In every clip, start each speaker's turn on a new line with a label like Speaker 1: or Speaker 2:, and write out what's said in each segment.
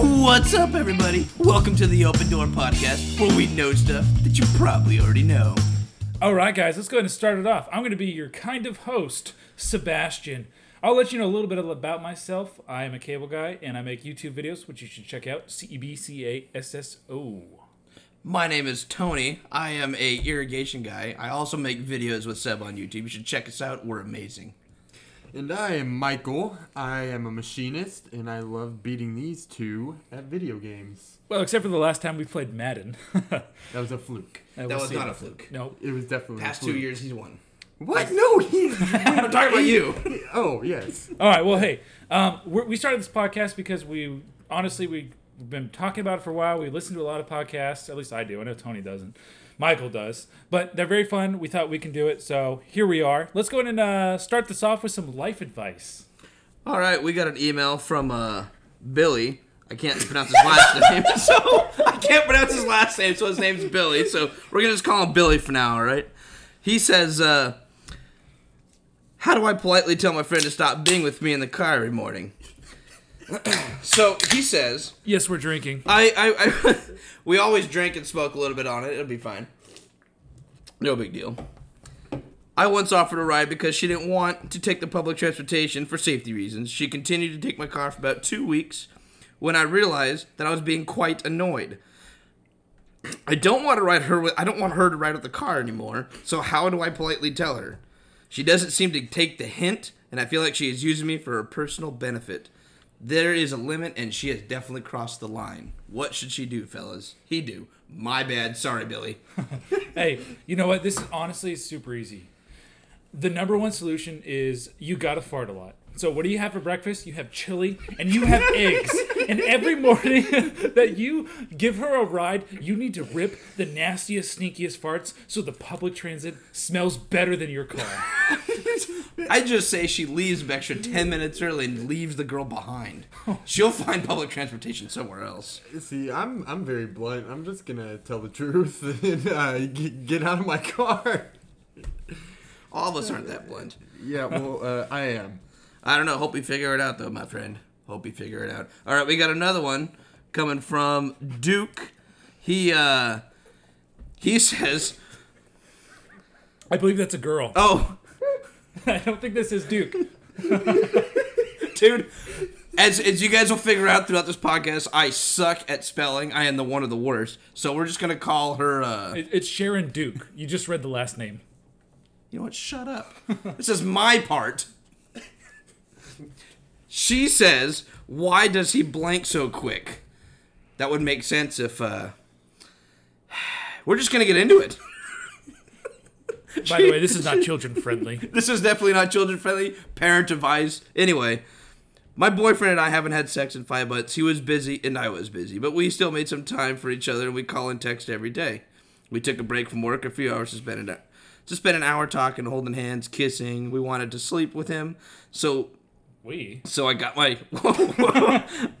Speaker 1: What's up, everybody? Welcome to the Open Door Podcast, where we know stuff that you probably already know.
Speaker 2: All right, guys, let's go ahead and start it off. I'm going to be your kind of host, Sebastian. I'll let you know a little bit about myself. I am a cable guy and I make YouTube videos, which you should check out. C E B C A S S O.
Speaker 1: My name is Tony. I am a irrigation guy. I also make videos with Seb on YouTube. You should check us out. We're amazing.
Speaker 3: And I am Michael. I am a machinist, and I love beating these two at video games.
Speaker 2: Well, except for the last time we played Madden. that
Speaker 3: That was a fluke.
Speaker 1: That was not a fluke.
Speaker 2: No.
Speaker 3: It was definitely
Speaker 1: Past
Speaker 3: a fluke.
Speaker 1: two years, he's won.
Speaker 3: What? No, he's.
Speaker 1: I'm talking about you.
Speaker 3: oh yes.
Speaker 2: All right. Well, hey, um, we're, we started this podcast because we honestly we've been talking about it for a while. We listen to a lot of podcasts. At least I do. I know Tony doesn't. Michael does, but they're very fun. We thought we can do it, so here we are. Let's go ahead and uh, start this off with some life advice.
Speaker 1: All right, we got an email from uh, Billy. I can't pronounce his last name, so I can't pronounce his last name. So his name's Billy. So we're gonna just call him Billy for now. All right. He says, uh, "How do I politely tell my friend to stop being with me in the car every morning?" so he says,
Speaker 2: Yes, we're drinking.
Speaker 1: "I, I, I we always drink and smoke a little bit on it. It'll be fine. No big deal." I once offered a ride because she didn't want to take the public transportation for safety reasons. She continued to take my car for about two weeks when I realized that I was being quite annoyed. I don't want to ride her with I don't want her to ride with the car anymore, so how do I politely tell her? She doesn't seem to take the hint, and I feel like she is using me for her personal benefit. There is a limit and she has definitely crossed the line. What should she do, fellas? He do. My bad. Sorry, Billy.
Speaker 2: hey, you know what? This is honestly is super easy. The number one solution is you gotta fart a lot. So what do you have for breakfast? You have chili and you have eggs. And every morning that you give her a ride, you need to rip the nastiest, sneakiest farts so the public transit smells better than your car.
Speaker 1: I just say she leaves an extra 10 minutes early and leaves the girl behind. She'll find public transportation somewhere else.
Speaker 3: See, I'm I'm very blunt. I'm just gonna tell the truth and uh, g- get out of my car.
Speaker 1: All of us aren't that blunt.
Speaker 3: Yeah. Well, uh, I am.
Speaker 1: I don't know. Hope we figure it out, though, my friend. Hope we figure it out. All right, we got another one coming from Duke. He, uh, he says,
Speaker 2: I believe that's a girl.
Speaker 1: Oh,
Speaker 2: I don't think this is Duke.
Speaker 1: dude. As, as you guys will figure out throughout this podcast, I suck at spelling. I am the one of the worst. So we're just going to call her, uh,
Speaker 2: It- It's Sharon Duke. You just read the last name.
Speaker 1: You know what? Shut up. this is my part. she says, "Why does he blank so quick?" That would make sense if uh We're just going to get into it.
Speaker 2: By the way, this is not children friendly.
Speaker 1: This is definitely not children friendly, parent advised. Anyway, my boyfriend and I haven't had sex in 5 months. He was busy and I was busy, but we still made some time for each other and we call and text every day. We took a break from work a few hours to spend an hour, to spend an hour talking, holding hands, kissing. We wanted to sleep with him. So
Speaker 2: We.
Speaker 1: So I got my.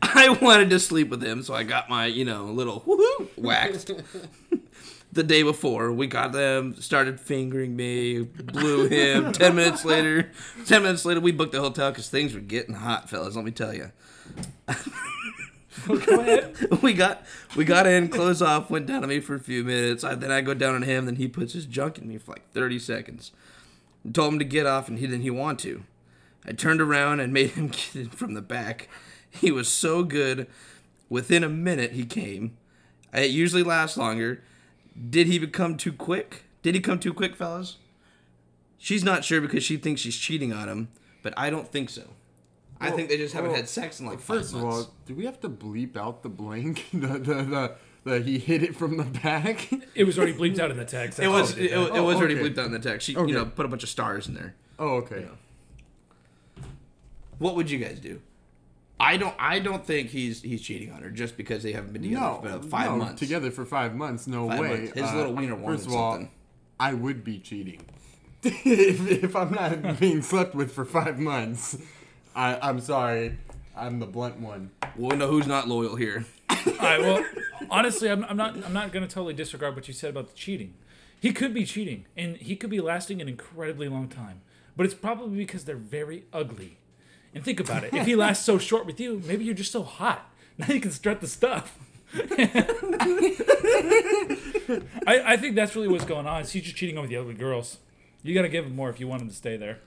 Speaker 1: I wanted to sleep with him, so I got my, you know, little woohoo waxed. the day before, we got them, started fingering me, blew him. ten minutes later, ten minutes later, we booked the hotel because things were getting hot, fellas. Let me tell you,
Speaker 2: Go ahead.
Speaker 1: we got we got in, clothes off, went down on me for a few minutes. I, then I go down on him, then he puts his junk in me for like thirty seconds. told him to get off, and he didn't. He want to. I turned around and made him get in from the back. He was so good. Within a minute, he came. It usually lasts longer. Did he become too quick? Did he come too quick, fellas? She's not sure because she thinks she's cheating on him, but I don't think so. I think they just haven't
Speaker 3: well,
Speaker 1: had sex in like five
Speaker 3: First of
Speaker 1: months.
Speaker 3: all, do we have to bleep out the blank? the the the, the he hit it from the back.
Speaker 2: It was already bleeped out in the text.
Speaker 3: Oh,
Speaker 1: It was it,
Speaker 2: That's all I did.
Speaker 1: it was already
Speaker 3: okay.
Speaker 1: bleeped out in the text. She
Speaker 3: Okay.
Speaker 1: you know put a bunch of stars in there.
Speaker 3: oh, okay.
Speaker 1: What would you guys do? I don't I don't think he's he's cheating on her just because they haven't been together
Speaker 3: No,
Speaker 1: for about five
Speaker 3: no,
Speaker 1: months.
Speaker 3: together for five months. No
Speaker 1: Five
Speaker 3: way. Uh,
Speaker 1: months. His little wiener wanted
Speaker 3: First of all,
Speaker 1: something.
Speaker 3: I would be cheating if, if I'm not being slept with for five months. I, I'm sorry. I'm the blunt one.
Speaker 1: Well, we know who's not loyal here.
Speaker 2: All right. Well, honestly, I'm, I'm not. I'm not going to totally disregard what you said about the cheating. He could be cheating, and he could be lasting an incredibly long time. But it's probably because they're very ugly, And think about it. If he lasts so short with you, maybe you're just so hot. Now you can strut the stuff. I, I think that's really what's going on. Is he's just cheating on with the other girls. You gotta give him more if you want him to stay there.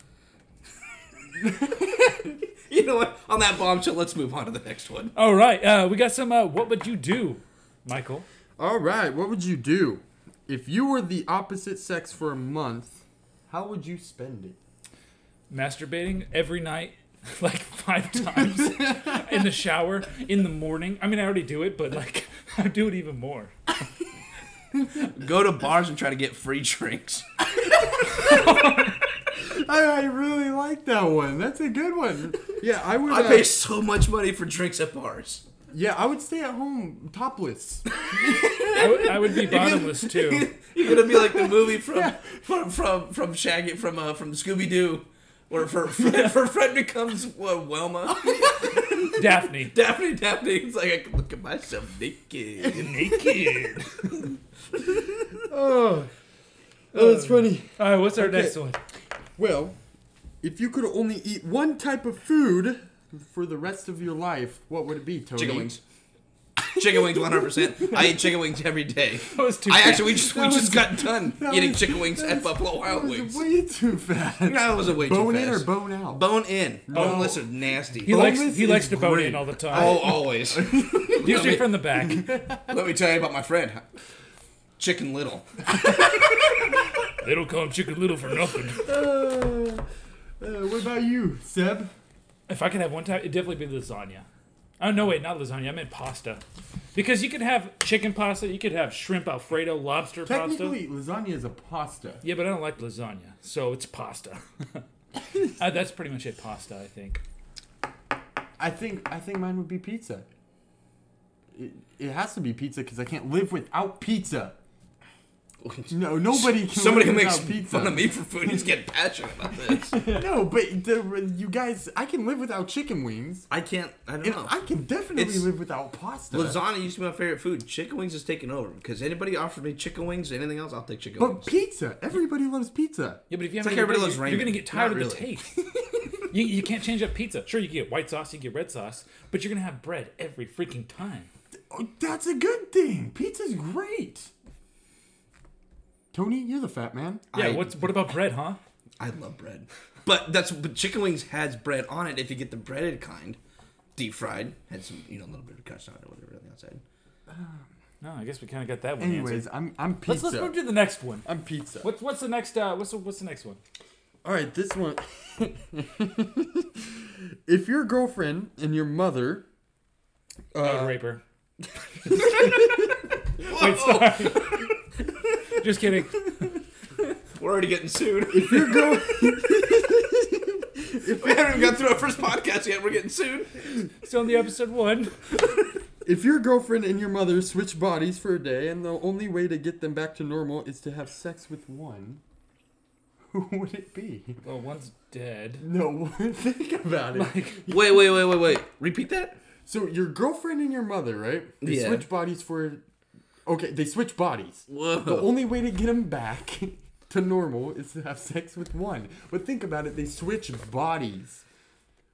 Speaker 1: You know what? On that bombshell, let's move on to the next one.
Speaker 2: All right, uh, we got some. Uh, what would you do, Michael?
Speaker 3: All right, what would you do if you were the opposite sex for a month? How would you spend it?
Speaker 2: Masturbating every night, like five times in the shower, in the morning. I mean, I already do it, but like I do it even more.
Speaker 1: Go to bars and try to get free drinks.
Speaker 3: I, I really like that one. That's a good one. Yeah, I would.
Speaker 1: I
Speaker 3: uh,
Speaker 1: pay so much money for drinks at bars.
Speaker 3: yeah, I would stay at home topless.
Speaker 2: I would- I would be bottomless too.
Speaker 1: You're gonna be like the movie from from from from Shaggy from uh, from Scooby Doo, where for for Fred becomes uh, Wilma.
Speaker 2: Daphne.
Speaker 1: Daphne, Daphne. It's like I can look at myself naked.
Speaker 2: Naked.
Speaker 3: oh, oh, that's funny.
Speaker 2: All right, what's our
Speaker 3: Okay.
Speaker 2: next one?
Speaker 3: Well, if you could only eat one type of food for the rest of your life, what would it be, Tony?
Speaker 1: Chicken wings. Chicken wings, 100. percent I eat chicken wings every day.
Speaker 2: That was too
Speaker 1: I
Speaker 2: fast.
Speaker 1: actually we just we
Speaker 3: That
Speaker 1: just got done
Speaker 3: that
Speaker 1: eating
Speaker 3: was-
Speaker 1: chicken wings
Speaker 3: that
Speaker 1: at
Speaker 3: was-
Speaker 1: Buffalo
Speaker 3: That
Speaker 1: Wild
Speaker 3: was
Speaker 1: Wings.
Speaker 3: way too fast.
Speaker 1: That was a way too
Speaker 3: bone in or
Speaker 1: fast.
Speaker 3: bone out?
Speaker 1: Bone in. Boneless
Speaker 3: No.
Speaker 1: are nasty.
Speaker 2: He likes
Speaker 3: Boneless
Speaker 2: he likes
Speaker 3: is
Speaker 2: to bone
Speaker 3: great.
Speaker 2: in all the time.
Speaker 1: oh, always.
Speaker 2: Usually from the back.
Speaker 1: Let me tell you about my friend, Chicken Little.
Speaker 2: they don't call him Chicken Little for nothing.
Speaker 3: Uh, uh, what about you, Seb?
Speaker 2: If I could have one type, it'd definitely be lasagna. Oh no, wait, not lasagna. I meant pasta, because you could have chicken pasta, you could have shrimp alfredo, lobster pasta.
Speaker 3: Technically, lasagna is a pasta.
Speaker 2: Yeah, but I don't like lasagna, so it's pasta. Uh, that's pretty much it, pasta. I think.
Speaker 3: I think I think mine would be pizza. It, it has to be pizza because I can't live without pizza. No, nobody can.
Speaker 1: Somebody who
Speaker 3: live
Speaker 1: makes
Speaker 3: without pizza.
Speaker 1: fun of me for food is getting passionate about this.
Speaker 3: No, but the, you guys, I can live without chicken wings,
Speaker 1: I can't. I don't
Speaker 3: and
Speaker 1: know.
Speaker 3: I can definitely
Speaker 1: It's-
Speaker 3: live without pasta.
Speaker 1: Lasagna used to be my favorite food. Chicken wings is taking over because anybody offers me chicken wings, anything else, I'll take chicken
Speaker 3: But
Speaker 1: wings.
Speaker 3: pizza, everybody loves pizza.
Speaker 2: Yeah, but if you
Speaker 1: It's
Speaker 2: have
Speaker 1: like everybody loves
Speaker 2: you're, you're gonna
Speaker 1: ramen.
Speaker 2: get tired
Speaker 1: Not
Speaker 2: of the
Speaker 1: really.
Speaker 2: taste. you, you can't change up pizza. Sure, you can get white sauce, you can get red sauce, but you're gonna have bread every freaking time.
Speaker 3: Oh, that's a good thing. Pizza's great. Tony, you're the fat man.
Speaker 2: Yeah,
Speaker 1: I-
Speaker 2: what's what about bread, huh?
Speaker 1: I love bread, but that's but chicken wings has bread on it. If you get the breaded kind, deep fried, had some you know a little bit of crust on it or whatever on the outside.
Speaker 2: No, I guess we kind of got that one. answered.
Speaker 3: Anyways, I'm I'm
Speaker 2: let's
Speaker 3: pizza.
Speaker 2: let's move to the next one.
Speaker 3: I'm pizza.
Speaker 2: What's what's the next? Uh, what's the, what's the next one?
Speaker 3: All right, this one. if your girlfriend and your mother,
Speaker 2: I
Speaker 3: uh,
Speaker 2: would rape her. Wait, sorry. Just kidding.
Speaker 1: We're already getting sued.
Speaker 3: if your girl,
Speaker 1: we haven't even got through our first podcast yet. We're getting sued.
Speaker 2: It's only episode one.
Speaker 3: if your girlfriend and your mother switch bodies for a day, and the only way to get them back to normal is to have sex with one, who would it be?
Speaker 2: Well, one's dead.
Speaker 3: No, think about it.
Speaker 1: Wait, wait, wait, wait, wait. Repeat that.
Speaker 3: So your girlfriend and your mother, right? They
Speaker 1: Yeah.
Speaker 3: switch bodies for. Okay, they switch bodies.
Speaker 1: Whoa.
Speaker 3: The only way to get them back to normal is to have sex with one. But think about it, they switch bodies.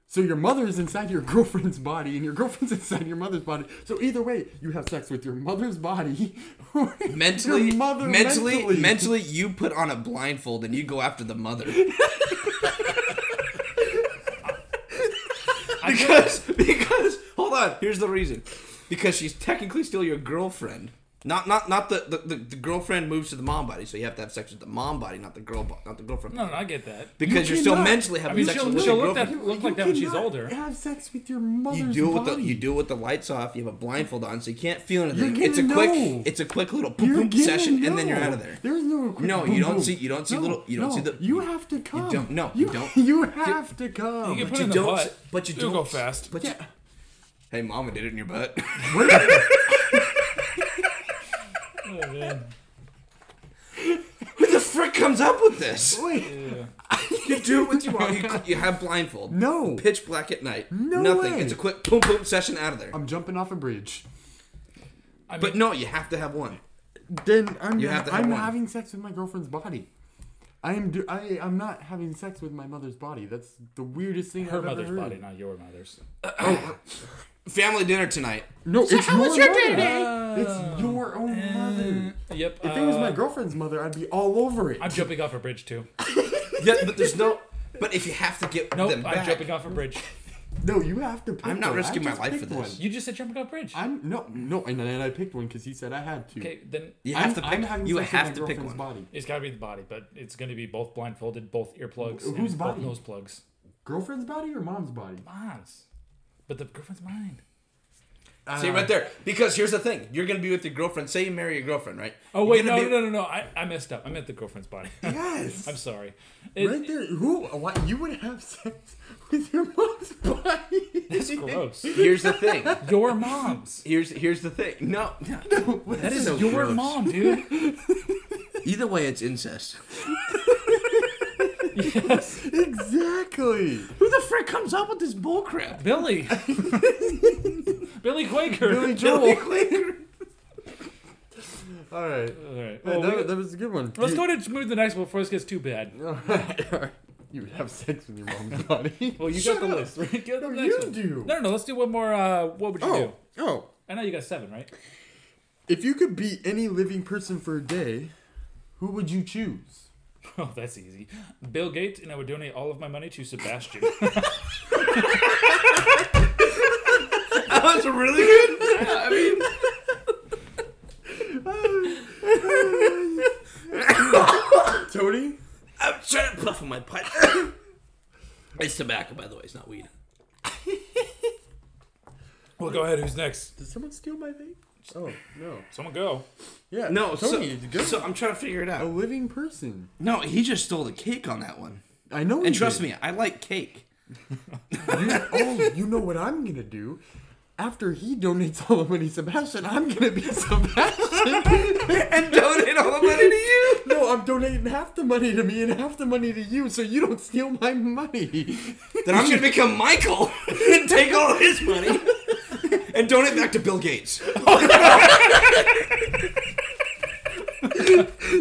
Speaker 3: So your mother is inside your girlfriend's body, and your girlfriend's inside your mother's body. So either way, you have sex with your mother's body. or your
Speaker 1: mentally,
Speaker 3: mother
Speaker 1: mentally, mentally, you put on a blindfold and you go after the mother
Speaker 2: I feel-
Speaker 1: because because hold on, here's the reason because she's technically still your girlfriend. Not not not the the, the, the girlfriend moves to the mom body, so you have to have sex with the mom body, not the girl, bo- not the girlfriend.
Speaker 2: no, no, I get that.
Speaker 1: because
Speaker 3: You
Speaker 1: you are still
Speaker 3: cannot-
Speaker 1: mentally having
Speaker 2: I mean,
Speaker 1: sex
Speaker 2: she'll-
Speaker 1: with
Speaker 2: she'll
Speaker 1: your
Speaker 2: look that-
Speaker 1: girlfriend.
Speaker 2: Look like
Speaker 3: You
Speaker 2: when she's
Speaker 3: cannot
Speaker 2: older.
Speaker 3: Have sex with your mother's
Speaker 1: You do it with
Speaker 3: body.
Speaker 1: the you do it with the lights off. You have a blindfold on, so you can't feel
Speaker 3: You're
Speaker 1: anything.
Speaker 3: gonna
Speaker 1: It's a quick
Speaker 3: know.
Speaker 1: it's a quick little boom,
Speaker 3: You're
Speaker 1: boom
Speaker 3: gonna
Speaker 1: session, and then
Speaker 3: know.
Speaker 1: you're out of there.
Speaker 3: There's no. quick
Speaker 1: No,
Speaker 3: boom,
Speaker 1: you don't
Speaker 3: boom.
Speaker 1: see- you don't see
Speaker 3: No,
Speaker 1: little- you don't
Speaker 3: no,
Speaker 1: see the-
Speaker 3: You have to come.
Speaker 1: don't- no, you don't.
Speaker 3: You have to come.
Speaker 2: You can
Speaker 1: But
Speaker 2: put
Speaker 1: you
Speaker 2: it in the
Speaker 1: don't-
Speaker 2: butt,
Speaker 1: but you
Speaker 2: It'll
Speaker 1: don't-
Speaker 2: go fast.
Speaker 1: But you-
Speaker 3: Yeah.
Speaker 1: hey, mama did it in your butt.
Speaker 2: Oh, man.
Speaker 1: Who the frick comes up with this?
Speaker 3: Wait.
Speaker 1: You do it with your mom. You, you have blindfold.
Speaker 3: No.
Speaker 1: Pitch black at night.
Speaker 3: No
Speaker 1: Nothing.
Speaker 3: way.
Speaker 1: It's a quick boom boom session out of there.
Speaker 3: I'm jumping off a bridge.
Speaker 2: I mean,
Speaker 1: But no, you have to have one.
Speaker 3: Then I'm.
Speaker 1: You have to have
Speaker 3: I'm
Speaker 1: one.
Speaker 3: having sex with my girlfriend's body. I am. Do- I I'm not having sex with my mother's body. That's the weirdest thing
Speaker 2: Her
Speaker 3: I've
Speaker 2: mother's
Speaker 3: ever heard.
Speaker 2: body, not your mother's.
Speaker 1: Family dinner tonight.
Speaker 3: No, it's
Speaker 1: how
Speaker 3: your
Speaker 1: was your
Speaker 3: mother.
Speaker 1: day today?
Speaker 3: It's your own mother.
Speaker 2: Uh, Yep.
Speaker 3: If it was my
Speaker 2: uh,
Speaker 3: girlfriend's mother, I'd be all over it.
Speaker 2: I'm jumping off a bridge too.
Speaker 1: Yeah, but there's no. But if you have to get
Speaker 2: Nope,
Speaker 1: them
Speaker 2: I'm
Speaker 1: back,
Speaker 2: jumping off a bridge.
Speaker 3: no, you have to. Pick
Speaker 1: I'm not
Speaker 3: one. I
Speaker 1: risking my
Speaker 3: just
Speaker 1: life
Speaker 3: picked
Speaker 1: for this.
Speaker 3: one.
Speaker 2: You just said jumping off a bridge.
Speaker 3: I'm no, no, and then I picked one because he said I had to.
Speaker 2: Okay, then
Speaker 1: you
Speaker 3: I'm,
Speaker 1: have to pick.
Speaker 3: I'm having
Speaker 1: you
Speaker 3: sex
Speaker 1: have
Speaker 3: with
Speaker 1: to
Speaker 3: my
Speaker 1: pick
Speaker 3: girlfriend's
Speaker 1: one.
Speaker 3: body.
Speaker 2: it's got to be the body, but it's going to be both blindfolded, both earplugs,
Speaker 3: Wh-
Speaker 2: and
Speaker 3: whose
Speaker 2: both
Speaker 3: body?
Speaker 2: nose plugs.
Speaker 3: Girlfriend's body or mom's body?
Speaker 2: Mine's, but the girlfriend's mine.
Speaker 1: See right there, because here's the thing: you're gonna be with your girlfriend. Say you marry your girlfriend, right?
Speaker 2: Oh wait,
Speaker 1: You're gonna
Speaker 2: no,
Speaker 1: be-
Speaker 2: no, no, no, no. I, I messed up. I meant the girlfriend's body.
Speaker 3: Yes.
Speaker 2: I'm sorry. It-
Speaker 3: right there. Who? Why you would have sex with your mom's body?
Speaker 2: That's gross.
Speaker 1: Here's the thing.
Speaker 2: Your mom's.
Speaker 1: Here's here's the thing. No, no.
Speaker 2: That is
Speaker 1: so
Speaker 2: your
Speaker 1: gross.
Speaker 2: mom, dude.
Speaker 1: Either way, it's incest.
Speaker 2: yes,
Speaker 3: exactly.
Speaker 1: Who the frick comes up with this bullcrap?
Speaker 2: Billy. Billy Quaker.
Speaker 3: Billy Joel. all right.
Speaker 2: All right. Uh,
Speaker 3: Hey,
Speaker 2: Well,
Speaker 3: that,
Speaker 2: we-
Speaker 3: that was a good one.
Speaker 2: let's
Speaker 3: You-
Speaker 2: go to move to the next one before this gets too bad.
Speaker 3: All right, all right. You would have sex with your mom's body.
Speaker 2: Well, you
Speaker 1: Shut
Speaker 2: got the
Speaker 1: up.
Speaker 2: list. Right? Get to the
Speaker 3: No,
Speaker 2: next
Speaker 3: you
Speaker 2: one.
Speaker 3: do.
Speaker 2: No, no, no. Let's do one more. Uh, what would you do?
Speaker 3: oh, oh.
Speaker 2: I know you got seven, right?
Speaker 3: If you could be any living person for a day, who would you choose?
Speaker 2: Oh, that's easy. Bill Gates, and I would donate all of my money to Sebastian.
Speaker 1: That was really good. I mean,
Speaker 3: Tony?
Speaker 1: I'm trying to puff on my pipe. it's tobacco, by the way. It's not weed.
Speaker 2: well, go ahead. Who's next?
Speaker 3: Did someone steal my vape? Oh, no.
Speaker 2: Someone go.
Speaker 3: Yeah.
Speaker 1: No,
Speaker 3: Tony,
Speaker 1: so,
Speaker 3: go.
Speaker 1: so I'm trying to figure it
Speaker 3: a
Speaker 1: out.
Speaker 3: living person.
Speaker 1: No, he just stole the cake on that one.
Speaker 3: I know.
Speaker 1: And trust me, I like cake.
Speaker 3: oh, you know what I'm gonna do? After he donates all the money, to Sebastian, I'm gonna be Sebastian.
Speaker 1: And donate all the money to you.
Speaker 3: no, I'm donating half the money to me and half the money to you, so you don't steal my money.
Speaker 1: Then I'm gonna become Michael and take all his money and donate back to Bill Gates.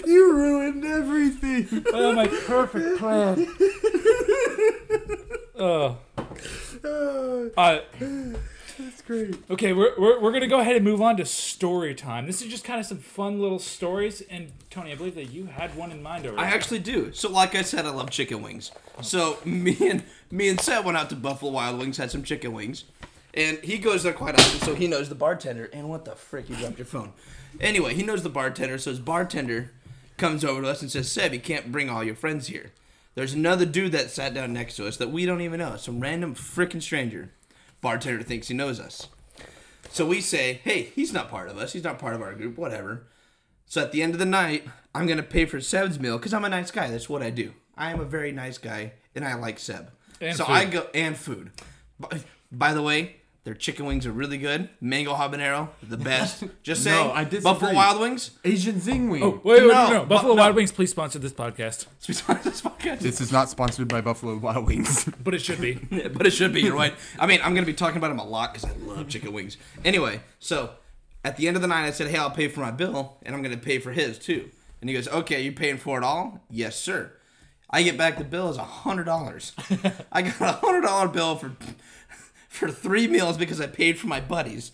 Speaker 3: you ruined everything.
Speaker 2: Oh, my perfect plan. Oh, uh,
Speaker 3: Ah, that's great.
Speaker 2: okay, we're, we're, we're gonna go ahead and move on to story time. This is just kind of some fun little stories, and Tony, I believe that you had one in mind already.
Speaker 1: I actually do. So, like I said, I love chicken wings. So me and me and Seth went out to Buffalo Wild Wings, had some chicken wings, and he goes there quite often. So he knows the bartender. And what the frick, you dropped your phone. Anyway, he knows the bartender. So his bartender comes over to us and says, "Seb, you can't bring all your friends here. There's another dude that sat down next to us that we don't even know. Some random frickin' stranger. Bartender thinks he knows us." So we say, hey, he's not part of us. He's not part of our group, whatever. So at the end of the night, I'm going to pay for Seb's meal because I'm a nice guy. That's what I do. I am a very nice guy and I like Seb.
Speaker 2: And
Speaker 1: so
Speaker 2: food.
Speaker 1: I go, and food. By, by the way, their chicken wings are really good. Mango habanero, the best. Just
Speaker 3: No,
Speaker 1: saying.
Speaker 3: I
Speaker 1: Buffalo
Speaker 3: disagree.
Speaker 1: Wild Wings.
Speaker 3: Asian Zing Wing.
Speaker 2: Oh,
Speaker 1: Oh,
Speaker 2: Wait, wait, no,
Speaker 1: No,
Speaker 2: no, no.
Speaker 1: bu-
Speaker 2: Buffalo
Speaker 1: no.
Speaker 2: Wild Wings, please sponsor this podcast.
Speaker 1: but
Speaker 3: This is not sponsored by Buffalo Wild Wings.
Speaker 2: But it should be.
Speaker 1: it should be, you're right. I mean, I'm going to be talking about them a lot because I love chicken wings. Anyway, so at the end of the night, I said, hey, I'll pay for my bill and I'm going to pay for his too. And he goes, okay, you paying for it all? Yes, sir. I get back the bill is $100. I got a $100 bill for for three meals because I paid for my buddies.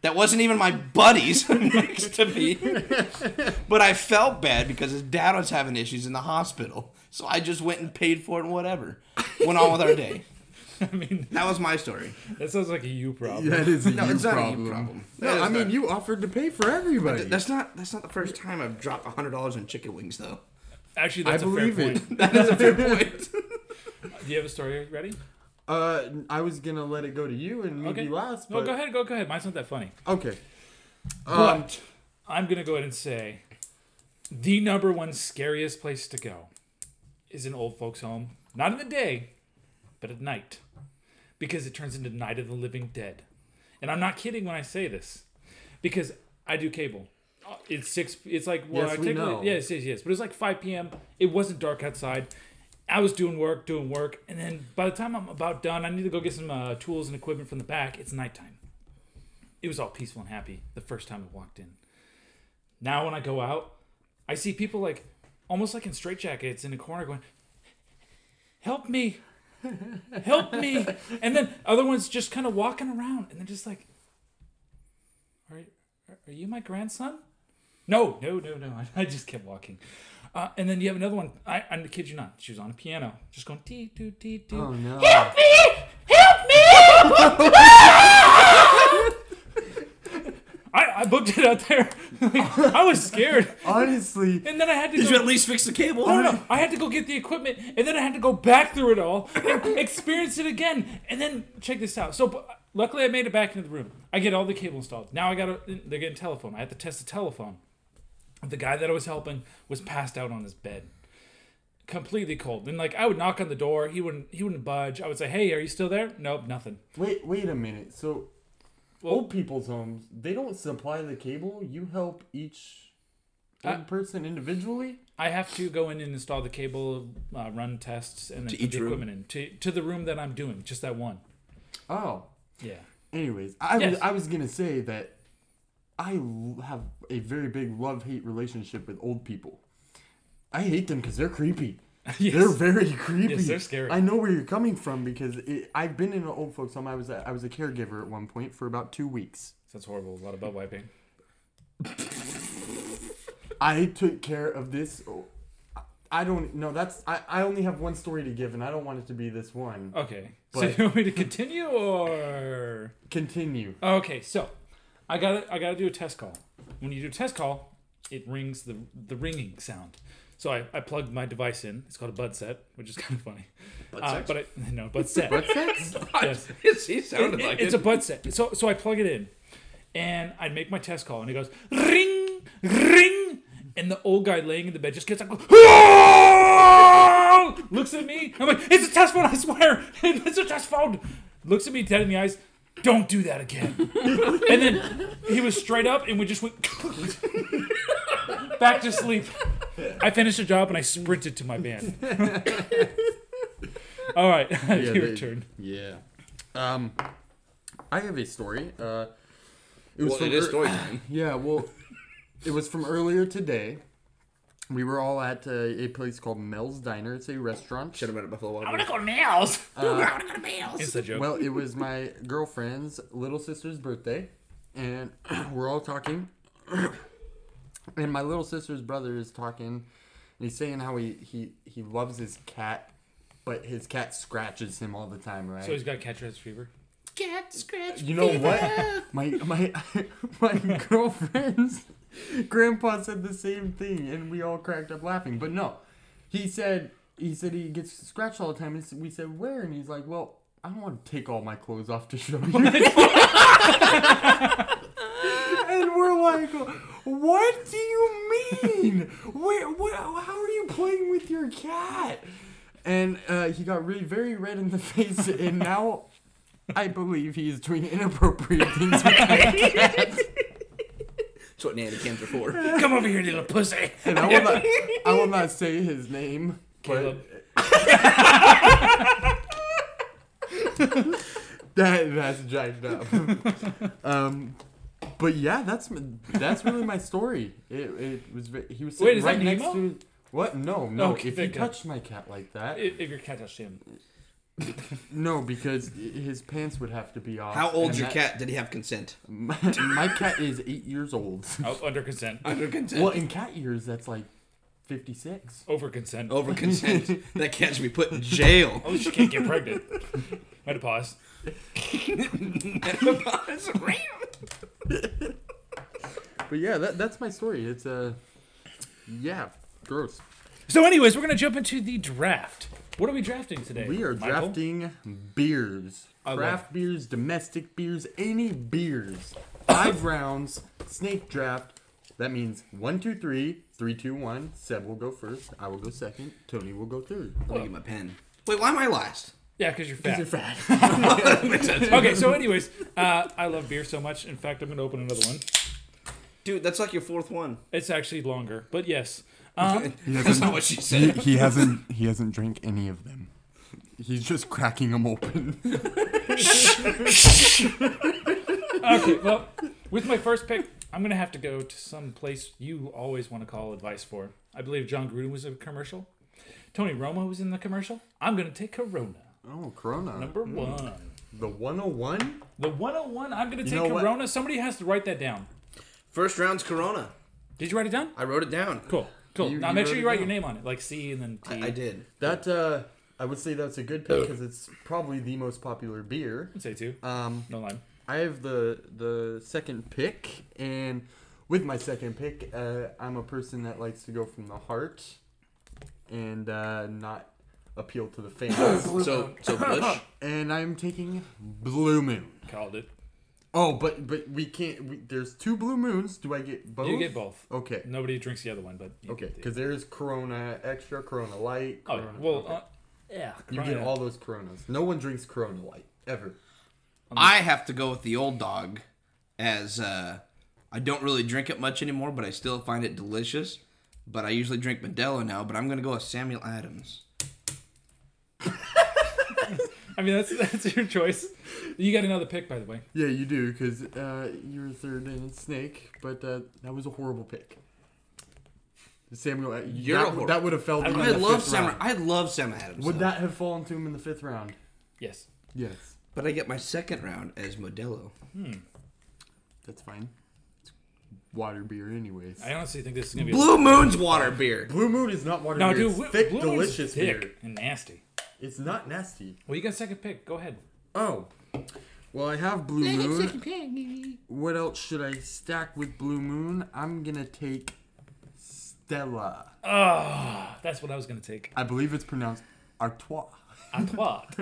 Speaker 1: That wasn't even my buddies next to me. But I felt bad because his dad was having issues in the hospital. So I just went and paid for it and whatever. Went on with our day.
Speaker 2: I mean,
Speaker 1: That was my story.
Speaker 2: that sounds like a you problem.
Speaker 3: That is a
Speaker 1: No,
Speaker 3: you
Speaker 1: it's not a you
Speaker 3: problem.
Speaker 1: problem. That
Speaker 3: No,
Speaker 1: is
Speaker 3: I mean
Speaker 1: not-
Speaker 3: you offered to pay for everybody.
Speaker 1: That's not that's not the first time I've dropped hundred dollars on chicken wings though.
Speaker 2: Actually,
Speaker 3: I
Speaker 2: that's a fair
Speaker 3: believe it.
Speaker 2: point.
Speaker 1: That is a fair point.
Speaker 2: Do you have a story ready?
Speaker 3: Uh, I was gonna let it go to you and maybe
Speaker 2: Okay.
Speaker 3: last.
Speaker 2: No,
Speaker 3: But
Speaker 2: go ahead, go, go ahead. Mine's not that funny.
Speaker 3: Okay. Um,
Speaker 2: But I'm gonna go ahead and say the number one scariest place to go is an old folks' home. Not in the day, but at night. Because it turns into Night of the Living Dead. And I'm not kidding when I say this. Because I do cable. Uh, It's six it's like well
Speaker 3: Yes,
Speaker 2: I
Speaker 3: we
Speaker 2: technically-
Speaker 3: know.
Speaker 2: yes, yes, yes. But it's like five PM. It wasn't dark outside. I was doing work, doing work, and then by the time I'm about done, I need to go get some uh, tools and equipment from the back. It's nighttime it was all peaceful and happy the first time I walked in. Now when I go out, I see people like almost like in straitjackets in a corner going, help me, help me. And then other ones just kind of walking around and they're just like, are, are you my grandson? No, no, no, no. I just kept walking. Uh, and then you have another one. I, I kid you not. She was on a piano, just going dee doo dee doo.
Speaker 3: Oh no.
Speaker 2: Help me! Help me! I, I booked it out there. Like, I was scared,
Speaker 3: Honestly,
Speaker 2: and then I had to.
Speaker 1: Did you
Speaker 2: Go,
Speaker 1: at least fix the cable?
Speaker 2: no, no, no. I had to go get the equipment, and then I had to go back through it all and experience it again. And then check this out. So, but luckily, I made it back into the room. I get all the cable installed. Now I got to They're getting telephone. I have to test the telephone. The guy that I was helping was passed out on his bed completely cold. And like I would knock on the door, he wouldn't he wouldn't budge. I would say, "Hey, are you still there?" Nope, nothing.
Speaker 3: wait, wait a minute. So,
Speaker 2: Well-
Speaker 3: old people's homes, they don't supply the cable. You help each
Speaker 2: I-
Speaker 3: old person individually.
Speaker 2: I have to go in and install the cable, uh, run tests, and then put
Speaker 1: each
Speaker 2: the
Speaker 1: room?
Speaker 2: equipment in to to the room that I'm doing, just that one.
Speaker 3: Oh.
Speaker 2: Yeah.
Speaker 3: Anyways, I
Speaker 2: Yes.
Speaker 3: was I was gonna say that I l- have a very big love hate relationship with old people. I hate them because they're creepy.
Speaker 2: Yes.
Speaker 3: They're very creepy.
Speaker 2: Yes, they're scary.
Speaker 3: I know where you're coming from because it, I've been in an old folks home. I was a, I was a caregiver at one point for about two weeks.
Speaker 2: Sounds horrible. A lot of butt wiping.
Speaker 3: I took care of this. oh, I don't know. That's I, I only have one story to give, and I don't want it to be this one.
Speaker 2: Okay. so
Speaker 3: But-
Speaker 2: you want me to continue or?
Speaker 3: Continue.
Speaker 2: Okay, so I got to I got to do a test call. When you do a test call, it rings the the ringing sound. So I, I plugged my device in. It's called a bud set, which is kind of funny. Bud
Speaker 1: sex?
Speaker 2: but I, no, bud set.
Speaker 3: What's next?
Speaker 2: Yes.
Speaker 1: he sounded
Speaker 2: It-
Speaker 1: like
Speaker 2: it's
Speaker 1: it.
Speaker 2: a butt set. So so I plug it in, and I make my test call, and it goes ring, ring, and the old guy laying in the bed just gets up, looks at me. I'm like, it's a test phone, I swear, it's a test phone. Looks at me dead in the eyes. Don't do that again. and then he was straight up, and we just went back to sleep. I finished the job and I sprinted to my van. All right, your
Speaker 3: they-
Speaker 2: turn.
Speaker 3: Yeah. Um, I have a story. Uh, it was
Speaker 1: well,
Speaker 3: from
Speaker 1: it is
Speaker 3: ear-
Speaker 1: story time.
Speaker 3: Yeah, well, it was from earlier today. We were all at uh, a place called Mel's Diner. It's a restaurant.
Speaker 1: Should have been at Buffalo Wild
Speaker 4: I'm
Speaker 1: Wings.
Speaker 4: gonna go to Nails. I'm gonna go to Nails.
Speaker 2: It's a joke.
Speaker 3: Uh, Well, it was my girlfriend's little sister's birthday, and we're all talking. and my little sister's brother is talking, and he's saying how he he he loves his cat, but his cat scratches him all the time, right?
Speaker 2: So he's got catcher's fever.
Speaker 4: Cat scratch.
Speaker 3: You know what? My my my girlfriend's grandpa said the same thing, and we all cracked up laughing. But no, he said he said he gets scratched all the time. And s- we said where, and he's like, well, I don't want to take all my clothes off to show you. and we're like, what do you mean? Where, what, how are you playing with your cat? And uh, he got really very red in the face, and now I believe he is doing inappropriate things. With
Speaker 1: That's what nanny cams are for.
Speaker 2: Come over here, little pussy.
Speaker 3: and I will not, I will not say his name.
Speaker 2: Caleb.
Speaker 3: But that that's jacked up. um, but yeah, that's m- that's really my story. It, it was ve- he was sitting
Speaker 2: Wait, is that
Speaker 3: right next
Speaker 2: Nemo?
Speaker 3: to. What? No, no.
Speaker 2: Okay,
Speaker 3: if he
Speaker 2: thank God.
Speaker 3: touched my cat like that,
Speaker 2: If, if your cat touched him,
Speaker 3: no, because i- his pants would have to be off.
Speaker 1: How old's
Speaker 3: and
Speaker 1: your
Speaker 3: that-
Speaker 1: cat? Did he have consent?
Speaker 3: My, my cat is eight years old.
Speaker 2: oh, under consent,
Speaker 1: Under consent.
Speaker 3: Well, in cat years, that's like fifty-six.
Speaker 2: over consent.
Speaker 3: Oh.
Speaker 1: Over consent. that cat should be put in jail.
Speaker 2: At least you can't get pregnant. I had to pause.
Speaker 3: But yeah, that, that's my story. It's uh, yeah, gross.
Speaker 2: So, anyways, we're gonna jump into the draft. What are we drafting today?
Speaker 3: We are
Speaker 2: Michael?
Speaker 3: drafting beers.
Speaker 2: love
Speaker 3: Craft beers, domestic beers, any beers. Five rounds, snake draft. That means one, two, three, three, two, one. Seb will go first. I will go second. Tony will go third.
Speaker 1: Let me get my pen. Wait, why am I last?
Speaker 2: Yeah, because you're fat.
Speaker 3: fat.
Speaker 2: okay, so anyways, uh, I love beer so much. In fact, I'm gonna open another one.
Speaker 1: Dude, that's like your fourth one.
Speaker 2: It's actually longer, but yes. Um,
Speaker 1: That's not what she said.
Speaker 3: he hasn't. He hasn't drank any of them. He's just cracking them open.
Speaker 2: okay, well, With my first pick, I'm gonna have to go to some place you always want to call advice for. I believe John Gruden was in a commercial. Tony Romo was in the commercial. I'm gonna take Corona.
Speaker 3: Oh, Corona.
Speaker 2: Number one.
Speaker 3: the 101?
Speaker 2: The 101, I'm gonna take
Speaker 3: know what?
Speaker 2: Corona. Somebody has to write that down.
Speaker 1: First round's Corona.
Speaker 2: Did you write it down?
Speaker 1: I wrote it down.
Speaker 2: Cool. Cool.
Speaker 3: You-
Speaker 2: now
Speaker 3: you
Speaker 2: make sure
Speaker 3: wrote
Speaker 2: you
Speaker 3: it
Speaker 2: write
Speaker 3: down.
Speaker 2: your name on it, like C and then T.
Speaker 1: I did.
Speaker 3: That, uh, I would say that's a good pick because it's probably the most popular beer.
Speaker 2: Say two.
Speaker 3: Um,
Speaker 2: No line.
Speaker 3: I have the the second pick, and with my second pick, uh, I'm a person that likes to go from the heart, and uh, not appeal to the fans.
Speaker 1: So so Bush.
Speaker 3: and I'm taking Blue Moon.
Speaker 2: Called it.
Speaker 3: Oh, but but we can't. We, there's two Blue Moons. Do I get both?
Speaker 2: You get both.
Speaker 3: Okay.
Speaker 2: Nobody drinks the other one, but you
Speaker 3: Okay,
Speaker 2: get the-
Speaker 3: because there's Corona Extra, Corona Light.
Speaker 2: Oh, yeah.
Speaker 3: Corona,
Speaker 2: well,
Speaker 3: okay.
Speaker 2: uh, yeah.
Speaker 3: you get
Speaker 2: Corona.
Speaker 3: all those Coronas. No one drinks Corona Light ever.
Speaker 1: I have to go with the old dog, as uh, I don't really drink it much anymore, but I still find it delicious. But I usually drink Modelo now, but I'm gonna go with Samuel Adams.
Speaker 2: I mean, that's that's your choice. You got another pick, by the way.
Speaker 3: Yeah, you do, because uh, you were third in Snake, but uh, that was a horrible pick. Samuel, uh,
Speaker 1: You're
Speaker 3: that,
Speaker 1: a hor-
Speaker 3: that would have fell to him
Speaker 1: I
Speaker 3: in the
Speaker 1: love
Speaker 3: fifth
Speaker 1: Sam.
Speaker 3: round.
Speaker 1: I love Sam Adams.
Speaker 3: Would
Speaker 1: though.
Speaker 3: that have fallen to him in the fifth round?
Speaker 2: Yes.
Speaker 3: Yes,
Speaker 1: But I get my second round as Modelo.
Speaker 3: that's fine. It's water beer, anyways.
Speaker 2: I honestly think this is gonna be
Speaker 1: Blue Moon's water beer.
Speaker 3: Blue Moon is not water
Speaker 2: A- no,
Speaker 3: beer.
Speaker 2: dude.
Speaker 3: it's
Speaker 2: Blue-
Speaker 3: thick,
Speaker 2: Blue Moon's
Speaker 3: delicious
Speaker 2: thick
Speaker 3: beer.
Speaker 2: and nasty.
Speaker 3: It's not nasty.
Speaker 2: Well, you got second pick. Go ahead.
Speaker 3: Oh. Well, I have Blue Moon.
Speaker 4: Second pig.
Speaker 3: What else should I stack with Blue Moon? I'm gonna take Stella.
Speaker 2: Oh, that's what I was gonna take.
Speaker 3: I believe it's pronounced Artois.
Speaker 2: Artois.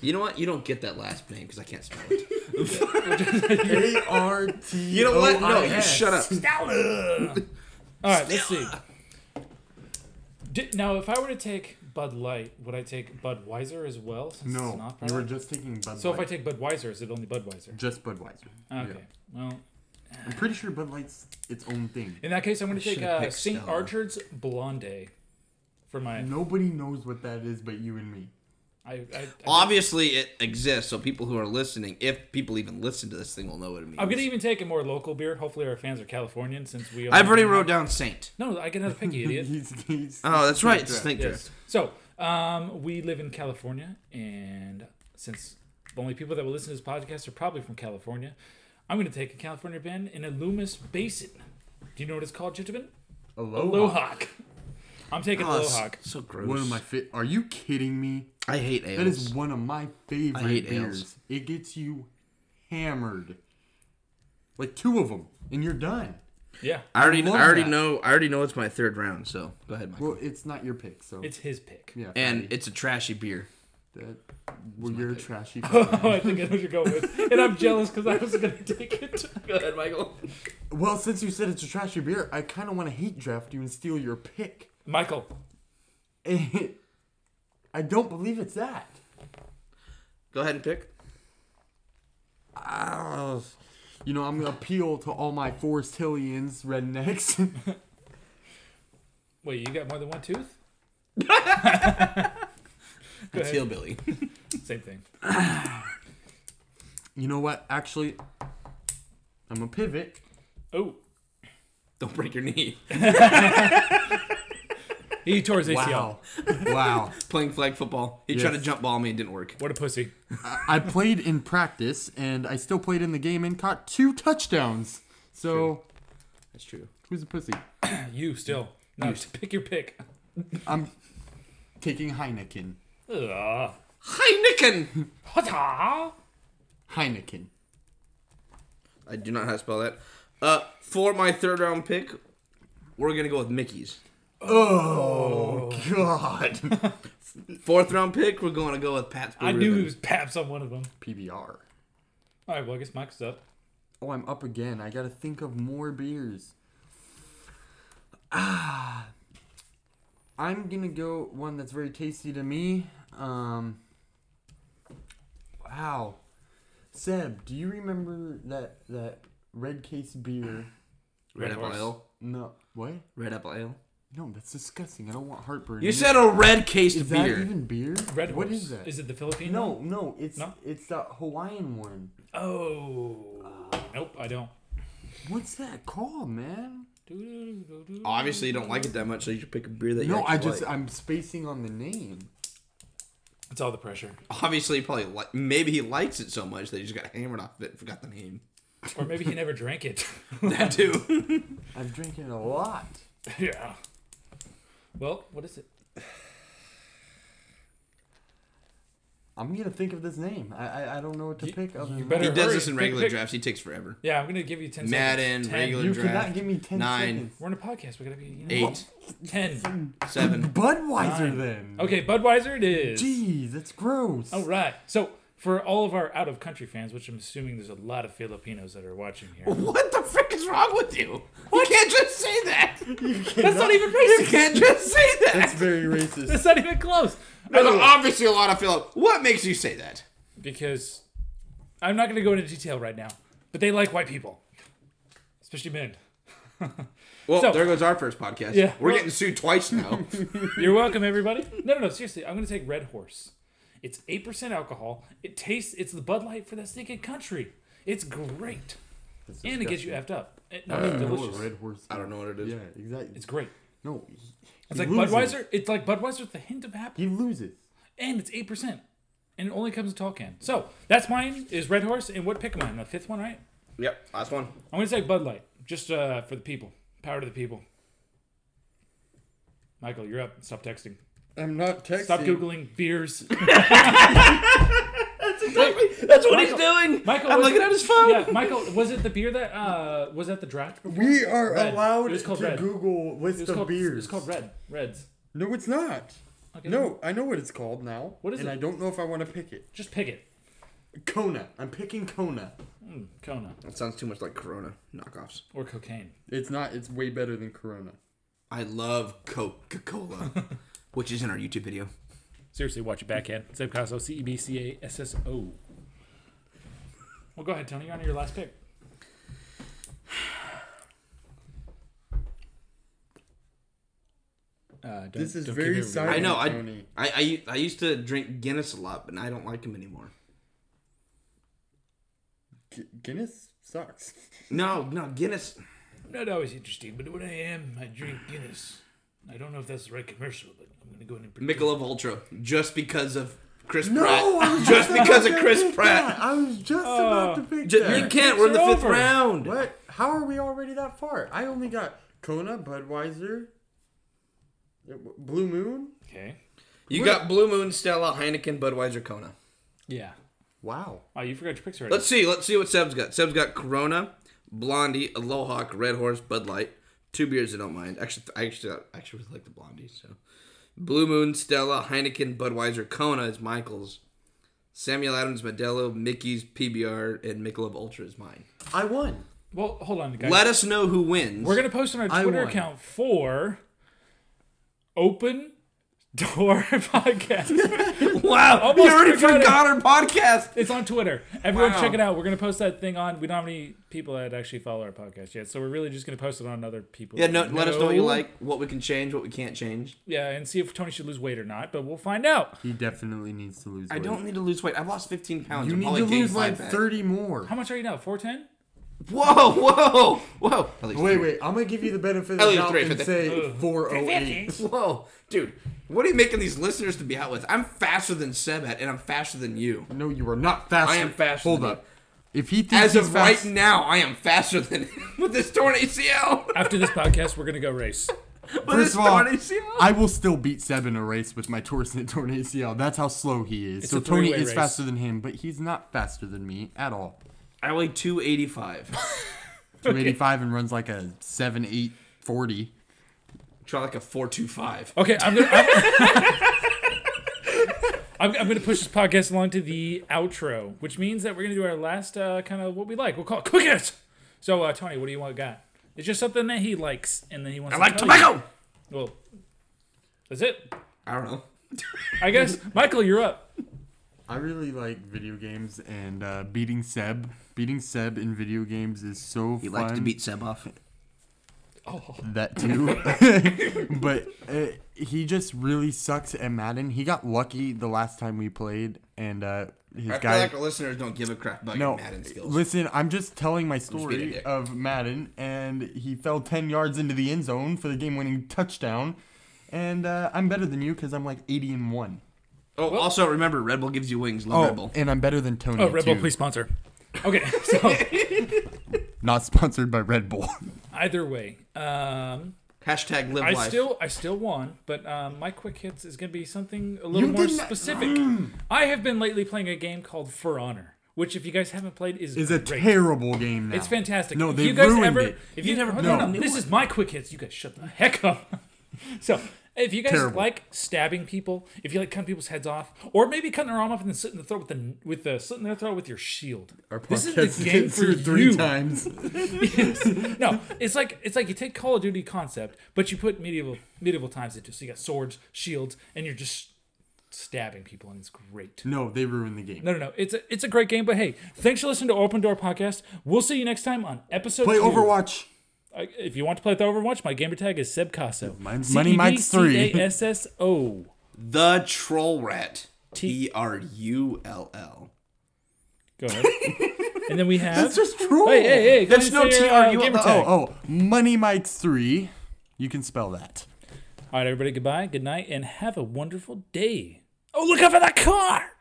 Speaker 1: You know what? You don't get that last name because I can't spell it.
Speaker 3: A R T.
Speaker 1: You know what? No, you shut up.
Speaker 2: All right, let's see. Di- now, if I were to take Bud Light, would I take Budweiser as well? Since it's
Speaker 3: No,
Speaker 2: not
Speaker 3: you were
Speaker 2: Bud Light?
Speaker 3: just taking Bud
Speaker 2: So if I
Speaker 3: Light.
Speaker 2: take Budweiser, is it only Budweiser?
Speaker 3: just Budweiser.
Speaker 2: Okay. Well,
Speaker 3: I'm pretty sure Bud Light's its own thing.
Speaker 2: in that case, I'm going to take
Speaker 1: should've
Speaker 2: uh,
Speaker 1: picked
Speaker 2: St.
Speaker 1: Stella.
Speaker 2: Archard's Blonde for my.
Speaker 3: Nobody knows what that is but you and me.
Speaker 2: I, I, I,
Speaker 1: Oh, Obviously, it exists, so people who are listening, if people even listen to this thing, will know what it means.
Speaker 2: I'm going to even take a more local beer. Hopefully, our fans are Californian since we.
Speaker 1: I've already
Speaker 2: only-
Speaker 1: wrote down Saint.
Speaker 2: No, I get another pick, you idiot.
Speaker 3: He's, he's,
Speaker 1: Oh, that's right, Snake Draft.
Speaker 2: Yes. So, um, we live in California, and since the only people that will listen to this podcast are probably from California, I'm going to take a California band in a Loomis Basin. Do you know what it's called, gentlemen?
Speaker 3: Aloha.
Speaker 2: Lohawk. I'm taking
Speaker 1: Oh,
Speaker 2: Lohawk.
Speaker 1: it's so gross.
Speaker 3: One of my fit. Are you kidding me?
Speaker 1: I hate ales.
Speaker 3: That is one of my favorite
Speaker 1: I hate
Speaker 3: beers.
Speaker 1: ales.
Speaker 3: It gets you hammered. Like two of them, and you're done.
Speaker 2: Yeah,
Speaker 1: I already,
Speaker 3: I love
Speaker 1: I already
Speaker 3: that.
Speaker 1: know, I already know it's my third round. So go ahead, Michael.
Speaker 3: Well, it's not your pick, so
Speaker 2: it's his pick.
Speaker 3: yeah.
Speaker 1: and it's a trashy beer.
Speaker 3: that, well, you're a trashy.
Speaker 2: Oh, I think I know what you're going with, and I'm jealous because I was going to take it.
Speaker 1: Go ahead, Michael.
Speaker 3: well, since you said it's a trashy beer, I kind of want to hate draft you and steal your pick.
Speaker 2: Michael,
Speaker 3: I don't believe it's that.
Speaker 1: Go ahead and pick.
Speaker 3: Ah, you know, I'm gonna appeal to all my Forest Hillians rednecks.
Speaker 2: wait, you got more than one tooth?
Speaker 1: It's hillbilly.
Speaker 2: Same thing.
Speaker 3: you know what? Actually, I'm gonna pivot.
Speaker 2: Oh,
Speaker 1: Don't break your knee.
Speaker 2: he tore his ACL.
Speaker 3: Wow, wow.
Speaker 1: Playing flag football. He tried to
Speaker 3: Yes.
Speaker 1: jump ball me. It didn't work.
Speaker 2: What a pussy.
Speaker 3: I played in practice, and I still played in the game and caught two touchdowns. So
Speaker 1: That's true.
Speaker 3: who's a pussy?
Speaker 2: You still. No, just pick your pick.
Speaker 3: I'm taking Heineken.
Speaker 2: Ugh.
Speaker 1: Heineken.
Speaker 2: Hata!
Speaker 3: Heineken.
Speaker 1: I do not know how to spell that. Uh, for my third round pick, we're gonna go with Mickey's.
Speaker 3: Oh, God.
Speaker 1: Fourth round pick, we're gonna go with Pat's. Blue
Speaker 2: I knew
Speaker 1: Ribbon.
Speaker 2: he was paps on one of them.
Speaker 3: PBR.
Speaker 2: All right, well, I guess Mike's up.
Speaker 3: Oh, I'm up again. I gotta think of more beers. Ah, I'm gonna go one that's very tasty to me. Um, wow, Seb, do you remember that that Red Case beer?
Speaker 1: Red, Apple
Speaker 2: Horse.
Speaker 1: Ale.
Speaker 3: No, what?
Speaker 1: Red Apple Ale.
Speaker 3: No, that's disgusting. I don't want heartburn.
Speaker 1: You said a red case
Speaker 3: is that
Speaker 1: beer.
Speaker 3: even beer?
Speaker 2: Red
Speaker 3: What
Speaker 2: Horse.
Speaker 3: is that?
Speaker 2: Is it the Philippine?
Speaker 3: no, no, it's
Speaker 2: No?
Speaker 3: it's that Hawaiian one.
Speaker 2: Oh. Nope, I don't.
Speaker 3: What's that called, man? Ah.
Speaker 1: Obviously, you don't like it that much, so you should pick a beer that you
Speaker 3: No, I
Speaker 1: actually
Speaker 3: just
Speaker 1: like.
Speaker 3: I'm spacing on the name.
Speaker 2: It's all the pressure.
Speaker 1: Obviously, he probably li- maybe he likes it so much that he just got hammered off of it and forgot the name.
Speaker 2: Or maybe he never drank it.
Speaker 1: That too.
Speaker 3: I've drinking a lot.
Speaker 2: yeah. Well, what is it?
Speaker 3: I'm gonna think of this name. I I, I don't know what to
Speaker 2: You-
Speaker 3: pick. Other
Speaker 2: you
Speaker 3: than
Speaker 1: he
Speaker 2: better-
Speaker 3: that.
Speaker 1: does
Speaker 2: Hurry,
Speaker 1: this in
Speaker 2: pick-
Speaker 1: regular
Speaker 2: pick.
Speaker 1: drafts. He takes forever.
Speaker 2: Yeah, I'm gonna give you ten
Speaker 1: Madden,
Speaker 2: seconds. Ten.
Speaker 1: regular-
Speaker 3: You
Speaker 1: draft.
Speaker 3: cannot give me ten
Speaker 1: Nine.
Speaker 3: seconds.
Speaker 2: We're in a podcast. We gotta be you know,
Speaker 1: Eight,
Speaker 2: ten.
Speaker 1: seven.
Speaker 3: Budweiser
Speaker 2: Nine. Oh.
Speaker 3: then.
Speaker 2: Okay, Budweiser it is.
Speaker 3: Jeez, that's gross.
Speaker 2: All right. So for all of our out of country fans, which I'm assuming there's a lot of Filipinos that are watching here.
Speaker 1: What the frick is wrong with you? You can't just say that.
Speaker 2: That's not even
Speaker 1: You
Speaker 2: racist.
Speaker 1: can't just say that.
Speaker 3: That's very racist.
Speaker 2: That's not even close.
Speaker 1: There's obviously a lot of Philip. What makes you say that?
Speaker 2: Because I'm not gonna go into detail right now, but they like white people, especially men.
Speaker 1: Well,
Speaker 2: So-
Speaker 1: there goes our first podcast.
Speaker 2: Yeah.
Speaker 1: We're getting sued twice now.
Speaker 2: You're welcome, everybody. No, no, no. Seriously, I'm gonna take Red Horse. It's eight percent alcohol. It tastes. It's the Bud Light for that stinking country. It's great, and it gets you effed up. It- no, it's
Speaker 3: know what
Speaker 2: delicious.
Speaker 3: Oh, red horse.
Speaker 1: I don't know what it is.
Speaker 3: Yeah, exactly.
Speaker 2: It's great.
Speaker 3: no. He,
Speaker 2: It's
Speaker 3: he
Speaker 2: like
Speaker 3: loses.
Speaker 2: Budweiser. It's like Budweiser with a hint of apple,
Speaker 3: He loses.
Speaker 2: and it's eight percent, and it only comes in tall can. So that's mine. Is Red Horse, and what pick am I? The fifth one, right?
Speaker 1: Yep. Last one.
Speaker 2: I'm gonna say Bud Light, just uh, for the people. Power to the people. Michael, you're up. Stop texting.
Speaker 3: I'm not texting.
Speaker 2: Stop googling beers.
Speaker 1: That's what
Speaker 2: he's Michael-
Speaker 1: doing.
Speaker 2: Michael,
Speaker 1: I'm
Speaker 2: was
Speaker 1: looking
Speaker 2: it-
Speaker 1: at his phone.
Speaker 2: Yeah, Michael, was it the beer that uh, was at the draft? It
Speaker 3: We are
Speaker 2: Red.
Speaker 3: allowed
Speaker 2: It was
Speaker 3: to
Speaker 2: called Red.
Speaker 3: Google list
Speaker 2: was
Speaker 3: of
Speaker 2: called
Speaker 3: beers.
Speaker 2: It's called Red Reds.
Speaker 3: No, it's not.
Speaker 2: Okay,
Speaker 3: No, I know what it's called now.
Speaker 2: What is
Speaker 3: and
Speaker 2: it?
Speaker 3: I don't know if I want to pick it.
Speaker 2: just pick it.
Speaker 3: Kona. I'm picking Kona.
Speaker 2: Mm, Kona
Speaker 1: That sounds too much like Corona knockoffs.
Speaker 2: or cocaine.
Speaker 3: It's not. It's way better than Corona.
Speaker 1: I love Coca Cola, which is in our YouTube video.
Speaker 2: Seriously, watch it backhand. Zeb Casso, C E B C A S S O. Well, go ahead, Tony. You're on to your last pick. Uh, don't,
Speaker 3: This is
Speaker 2: don't
Speaker 3: very
Speaker 2: give everybody-
Speaker 1: I know. I,
Speaker 3: Tony.
Speaker 1: I I I used to drink Guinness a lot, but I don't like them anymore.
Speaker 3: Gu- Guinness sucks.
Speaker 1: No, no Guinness.
Speaker 2: I'm not always interesting, but when I am, I drink Guinness. I don't know if that's the right commercial, but I'm gonna go in and pretend.
Speaker 1: Michelob Ultra, just because of Chris
Speaker 3: No, I was
Speaker 1: Pratt. Just because of
Speaker 3: about to
Speaker 1: Chris
Speaker 3: pick
Speaker 1: Pratt.
Speaker 3: that. I was just about to pick
Speaker 1: Ju-
Speaker 3: that.
Speaker 1: You can't. We're in the
Speaker 2: It's
Speaker 1: fifth
Speaker 2: over.
Speaker 1: round.
Speaker 3: What? How are we already that far? I only got Kona, Budweiser, uh, Blue Moon.
Speaker 2: Okay.
Speaker 1: You got Blue Moon, Stella, Heineken, Budweiser, Kona.
Speaker 2: Yeah.
Speaker 3: Wow.
Speaker 2: Oh, you forgot your picks already.
Speaker 1: Let's see. Let's see what Seb's got. Seb's got Corona, Blondie, Aloha, Red Horse, Bud Light. Two beers I don't mind. Actually, I actually I actually really like the Blondie. So, Blue Moon, Stella, Heineken, Budweiser, Kona is Michael's. Samuel Adams, Modelo, Mickey's, PBR, and Michelob Ultra is mine.
Speaker 3: I won.
Speaker 2: well, hold on, guys.
Speaker 1: Let us know who wins.
Speaker 2: We're gonna post on our
Speaker 3: I
Speaker 2: Twitter
Speaker 3: won.
Speaker 2: account for Open Door Podcast.
Speaker 1: wow,
Speaker 2: Almost
Speaker 1: you already
Speaker 2: forgot
Speaker 1: forgot,
Speaker 2: it.
Speaker 1: our podcast.
Speaker 2: it's on Twitter. Everyone,
Speaker 1: Wow.
Speaker 2: check it out. We're gonna post that thing on. We don't have any people that actually follow our podcast yet, so we're really just gonna post it on other people.
Speaker 1: Yeah,
Speaker 2: that
Speaker 1: no,
Speaker 2: we
Speaker 1: let us know what you like, what we can change, what we can't change.
Speaker 2: Yeah, and see if Tony should lose weight or not. But we'll find out.
Speaker 3: He definitely needs to lose.
Speaker 1: I
Speaker 3: weight.
Speaker 1: don't need to lose weight. I've lost 15 pounds.
Speaker 3: You
Speaker 1: I'm
Speaker 3: need
Speaker 1: probably
Speaker 3: to
Speaker 1: gaining
Speaker 3: lose
Speaker 1: five
Speaker 3: like
Speaker 1: back.
Speaker 3: thirty more.
Speaker 2: How much are you now? Four ten.
Speaker 1: Whoa, whoa, whoa. At least
Speaker 3: Wait, wait. I'm gonna give you the benefit of
Speaker 1: At
Speaker 3: the
Speaker 1: least
Speaker 3: doubt
Speaker 1: three
Speaker 3: and
Speaker 1: fifty.
Speaker 3: say four oh eight.
Speaker 1: Whoa, dude, what are you making these listeners to be out with? I'm faster than Seb at, and I'm faster than you.
Speaker 3: No, you are not faster.
Speaker 1: I am faster
Speaker 3: Hold
Speaker 1: than
Speaker 3: up. If he thinks
Speaker 1: As
Speaker 3: he's
Speaker 1: of
Speaker 3: fast,
Speaker 1: right now, I am faster than with this torn ACL.
Speaker 2: After this podcast, we're gonna go race.
Speaker 1: With
Speaker 3: first
Speaker 1: this
Speaker 3: of all,
Speaker 1: torn ACL.
Speaker 3: I will still beat Seb in a race with my torsion torn ACL. That's how slow he is. so
Speaker 2: a
Speaker 3: Tony
Speaker 2: three-way
Speaker 3: is
Speaker 2: race.
Speaker 3: faster than him, but he's not faster than me at all.
Speaker 1: I weigh 285.
Speaker 3: Two eighty five and runs like a seven eight forty.
Speaker 1: Try like a 425.
Speaker 2: Okay, I'm gonna. I'm, I'm, I'm gonna push this podcast along to the outro, which means that we're gonna do our last uh, kind of what we like. We'll call it Cook It. So, uh, Tony, what do you want? Got? It's just something that he likes, and then he wants.
Speaker 1: I like
Speaker 2: to tell you.
Speaker 1: tobacco.
Speaker 2: Well, that's it.
Speaker 1: I don't know.
Speaker 2: I guess Michael, you're up.
Speaker 3: I really like video games and uh, beating Seb. Beating Seb in video games is so
Speaker 1: He
Speaker 3: fun.
Speaker 1: likes to beat Seb off.
Speaker 2: Oh,
Speaker 3: that too. but uh, he just really sucks at Madden. He got lucky the last time we played, and uh, his
Speaker 1: I feel
Speaker 3: guy.
Speaker 1: like our listeners don't give a crap about
Speaker 3: no,
Speaker 1: your Madden skills.
Speaker 3: listen, I'm just telling my
Speaker 1: being a
Speaker 3: story
Speaker 1: dick.
Speaker 3: of Madden, and he fell 10 yards into the end zone for the game winning touchdown. And uh, I'm better than you because I'm like 80 and 1.
Speaker 1: oh, also remember, Red Bull gives you wings. Love Red Bull.
Speaker 3: and I'm better than Tony.
Speaker 2: oh Red Bull,
Speaker 3: too.
Speaker 2: please sponsor. Okay, so
Speaker 3: Not sponsored by Red Bull.
Speaker 2: either way, um,
Speaker 1: Hashtag live
Speaker 2: I
Speaker 1: life.
Speaker 2: still I still won, but um, my quick hits is going to be something a little
Speaker 3: You Mm.
Speaker 2: more
Speaker 3: did not-
Speaker 2: specific. I have been lately playing a game called For Honor, which if you guys haven't played is
Speaker 3: It's a
Speaker 2: great.
Speaker 3: terrible game now.
Speaker 2: It's fantastic.
Speaker 3: No,
Speaker 2: if
Speaker 3: they
Speaker 2: you guys
Speaker 3: ruined
Speaker 2: ever,
Speaker 3: it.
Speaker 2: If you,
Speaker 1: You
Speaker 2: never,
Speaker 1: never
Speaker 2: no,
Speaker 1: played
Speaker 2: no,
Speaker 1: a new
Speaker 2: this is my quick hits. You guys shut the heck up. so, if you guys
Speaker 3: Terrible.
Speaker 2: like stabbing people, if you like cutting people's heads off, or maybe cutting their arm off and then slitting the throat with the with the slitting their throat with your shield.
Speaker 3: Our
Speaker 2: this is
Speaker 3: podcast
Speaker 2: the game
Speaker 3: gets
Speaker 2: for
Speaker 3: through three
Speaker 2: you.
Speaker 3: times.
Speaker 2: no, it's like it's like you take Call of Duty concept, but you put medieval medieval times into. it. So you got swords, shields, and you're just stabbing people, and it's great.
Speaker 3: No, they ruined the game.
Speaker 2: No, no, no. It's a it's a great game, but hey, thanks for listening to Open Door Podcast. We'll see you next time on episode.
Speaker 3: Play
Speaker 2: two.
Speaker 3: Overwatch.
Speaker 2: I- if you want to play with Overwatch, my gamer tag is Seb Casso. E
Speaker 3: Mine's Money Mike's three.
Speaker 2: C-A-S-S-O.
Speaker 1: the troll rat. T R U L L.
Speaker 2: Go ahead. and then we have.
Speaker 3: That's just troll.
Speaker 2: Hey, hey, hey. go
Speaker 1: That's
Speaker 2: ahead and
Speaker 1: no
Speaker 2: say your, uh,
Speaker 1: TRUL.
Speaker 2: gamer
Speaker 1: Oh,
Speaker 2: tag.
Speaker 3: Oh, oh, Money Mike's three. You can spell that.
Speaker 2: All right, everybody, goodbye, good night, and have a wonderful day. Oh, look out for that car!